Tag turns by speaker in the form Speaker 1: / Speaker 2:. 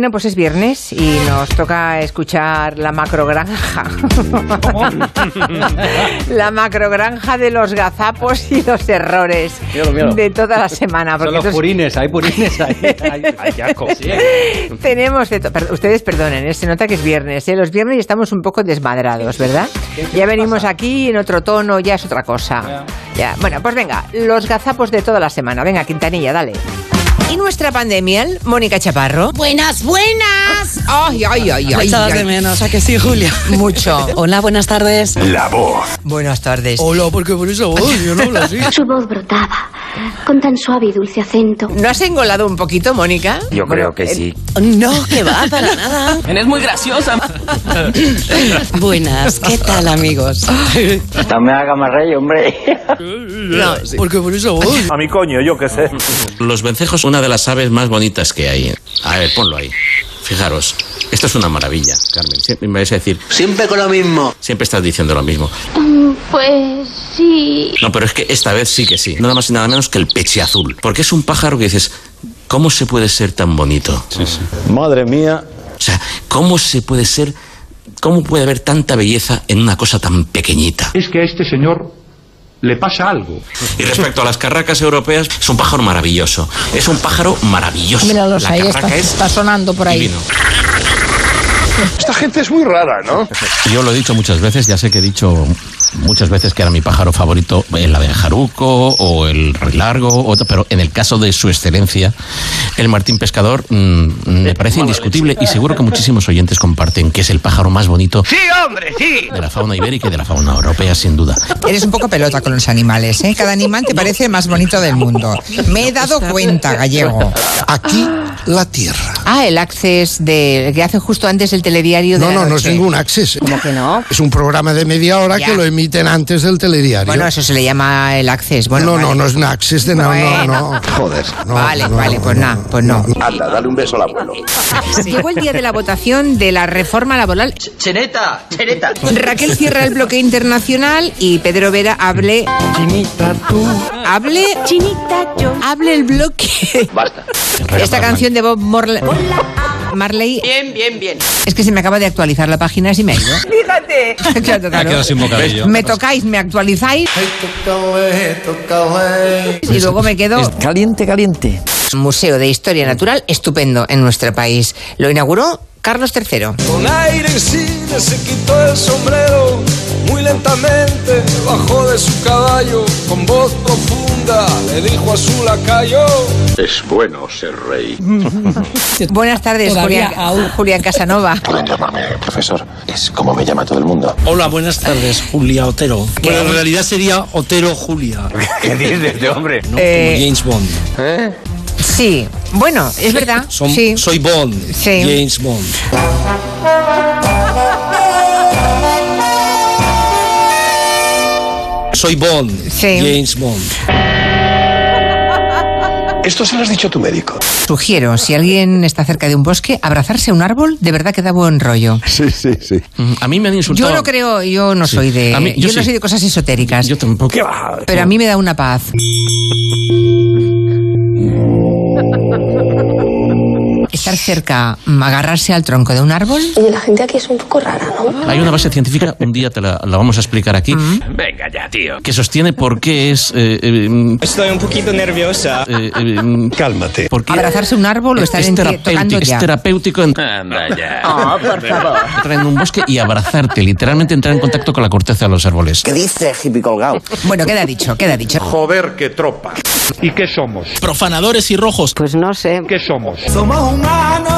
Speaker 1: No, pues es viernes y nos toca escuchar la macrogranja. la macrogranja de los gazapos y los errores
Speaker 2: Míralo, míralo.
Speaker 1: de toda la semana.
Speaker 2: Son
Speaker 1: porque
Speaker 2: los
Speaker 1: esto es-
Speaker 2: purines, hay purines ahí. Hay, hay asco. Sí.
Speaker 1: tenemos de to- perd- Ustedes perdonen, ¿eh? se nota que es viernes. ¿eh? Los viernes estamos un poco desmadrados, ¿verdad? Ya venimos aquí en otro tono, ya es otra cosa. Ya. Bueno, pues venga, los gazapos de toda la semana. Venga, Quintanilla, dale. ¿Y nuestra pandemial, Mónica Chaparro? Pues
Speaker 3: Buenas, buenas.
Speaker 1: Ay, ay, ay, ay,
Speaker 4: Me Pues echabas
Speaker 1: ay.
Speaker 4: de menos, ¿a que sí, Julia?
Speaker 1: Mucho.
Speaker 4: Hola, buenas tardes.
Speaker 1: Buenas tardes.
Speaker 4: Hola, porque por eso yo no hablo así.
Speaker 5: Su voz brotaba con tan suave y dulce acento.
Speaker 1: ¿No has engolado un poquito, Mónica?
Speaker 6: Yo
Speaker 1: Bueno,
Speaker 6: creo que
Speaker 1: eh,
Speaker 6: sí.
Speaker 4: No, que va, para nada.
Speaker 2: Eres muy graciosa.
Speaker 4: Buenas, ¿qué tal, amigos?
Speaker 6: No me haga más rey, hombre.
Speaker 4: Porque por eso
Speaker 7: A mi coño, yo qué sé.
Speaker 8: Los vencejos, una de las aves más bonitas que hay. A ver, ponlo ahí. Fijaros, esto es una maravilla, Carmen. Siempre me vais a decir,
Speaker 9: Siempre con lo mismo.
Speaker 8: siempre estás diciendo lo mismo.
Speaker 5: Mm, Pues sí.
Speaker 8: No, pero es que esta vez sí que sí. Nada más y nada menos que el peche azul. Porque es un pájaro que dices, ¿cómo se puede ser tan bonito?
Speaker 7: Madre mía.
Speaker 8: O sea, ¿cómo se puede ser, cómo puede haber tanta belleza en una cosa tan pequeñita?
Speaker 10: es que a este señor le pasa algo.
Speaker 8: Y respecto a las carracas europeas, es un pájaro maravilloso. Es un pájaro maravilloso.
Speaker 3: Míralos
Speaker 8: La
Speaker 3: ahí, está,
Speaker 8: carraca es
Speaker 3: está sonando por ahí.
Speaker 8: divino.
Speaker 9: Esta gente es muy rara, ¿no?
Speaker 8: Yo lo he dicho muchas veces, ya sé que he dicho muchas veces que era mi pájaro favorito el abejaruco o el rey largo, otro, pero en el caso de su excelencia, el martín pescador mm, me parece indiscutible y seguro que muchísimos oyentes comparten que es el pájaro más bonito
Speaker 9: ¡Hombre, sí!
Speaker 8: de la fauna ibérica y de la fauna europea, sin duda.
Speaker 11: Eres un poco pelota con los animales, ¿eh? Cada animal te parece el más bonito del mundo. Me he dado cuenta, gallego.
Speaker 9: Aquí la tierra.
Speaker 1: Ah, el access de que hace justo antes el telediario de
Speaker 9: No,
Speaker 1: la
Speaker 9: no, no es
Speaker 1: noche.
Speaker 9: ningún acceso.
Speaker 1: ¿Cómo que no?
Speaker 9: Es un programa de media hora
Speaker 1: Ya.
Speaker 9: que lo emiten antes del telediario.
Speaker 1: Bueno, eso se le llama el access. Bueno,
Speaker 9: no, no,
Speaker 1: vale.
Speaker 9: no es un access de no, no, no. Joder.
Speaker 1: vale, vale, pues nada, pues no.
Speaker 9: Anda, dale un beso al abuelo.
Speaker 1: Llegó el día de la votación de la reforma laboral.
Speaker 9: Cheneta, cheneta.
Speaker 1: Raquel cierra el bloque internacional y Pedro Vera hable. Hable.
Speaker 3: Chinita yo.
Speaker 1: Hable el bloque.
Speaker 6: Basta.
Speaker 1: Esta canción de Bob Morle-
Speaker 3: ah.
Speaker 1: Marley.
Speaker 3: Bien, bien, bien.
Speaker 1: Es que se me acaba de actualizar la página y se me ha ido. Fíjate. claro,
Speaker 2: Me ha
Speaker 1: claro.
Speaker 2: quedado sin bocadillo.
Speaker 1: Me tocáis, me actualizáis y luego me quedo.
Speaker 6: Caliente, caliente.
Speaker 1: Museo de Historia Natural estupendo en nuestro país. Lo inauguró Carlos III.
Speaker 7: Con aire insigne se quitó el sombrero. Muy lentamente bajó de su caballo. Con voz profunda le dijo a su lacayo.
Speaker 9: Es bueno ser rey.
Speaker 1: Buenas tardes,
Speaker 4: Todavía
Speaker 1: Julián,
Speaker 4: aún.
Speaker 1: Julián Casanova.
Speaker 9: Pueden llamarme profesor. Es como me llama todo el mundo.
Speaker 4: Hola, buenas tardes, Julia Otero. Bueno, en realidad sería Otero Julia,
Speaker 6: ¿Qué dices, este hombre?
Speaker 1: Eh,
Speaker 4: James Bond.
Speaker 1: sí, bueno, es verdad.
Speaker 4: Son-
Speaker 1: sí.
Speaker 4: Soy Bond,
Speaker 1: Sí.
Speaker 4: James Bond. Soy Bond,
Speaker 1: Sí.
Speaker 4: James Bond.
Speaker 9: Esto se lo has dicho a tu médico.
Speaker 1: Sugiero, si alguien está cerca de un bosque, abrazarse a un árbol de verdad que da buen rollo.
Speaker 9: Sí, sí, sí.
Speaker 8: Mm, A mí me han insultado.
Speaker 1: Yo no creo, yo no
Speaker 8: Pues Sí.
Speaker 1: soy de.
Speaker 8: A mí-
Speaker 1: yo
Speaker 8: yo
Speaker 1: no
Speaker 8: sí.
Speaker 1: soy de cosas esotéricas.
Speaker 8: Yo tampoco.
Speaker 1: pero a mí me da una paz. Estar cerca, mm, agarrarse al tronco de un árbol.
Speaker 5: Oye, la gente aquí es un poco rara, ¿no?
Speaker 8: Hay una base científica, un día te la, la vamos a explicar aquí,
Speaker 6: Venga ya, tío.
Speaker 8: que sostiene por qué es... eh, eh, mm,
Speaker 7: Estoy un poquito nerviosa.
Speaker 8: eh, eh, mm,
Speaker 9: Cálmate.
Speaker 8: por qué-
Speaker 1: Abrazarse a un árbol o estar
Speaker 8: es
Speaker 1: Ah, en- tocando
Speaker 8: terapéutico, es
Speaker 1: ya.
Speaker 8: terapéutico en-
Speaker 6: Anda ya.
Speaker 8: entrar en un bosque y abrazarte, literalmente entrar en contacto con la corteza de los árboles.
Speaker 6: ¿Qué dice, hippie colgado?
Speaker 1: Bueno, queda dicho, queda dicho.
Speaker 7: Joder, qué tropa.
Speaker 10: ¿Y qué somos?
Speaker 4: Profanadores y rojos.
Speaker 10: ¿Qué somos?
Speaker 9: Somos humanos.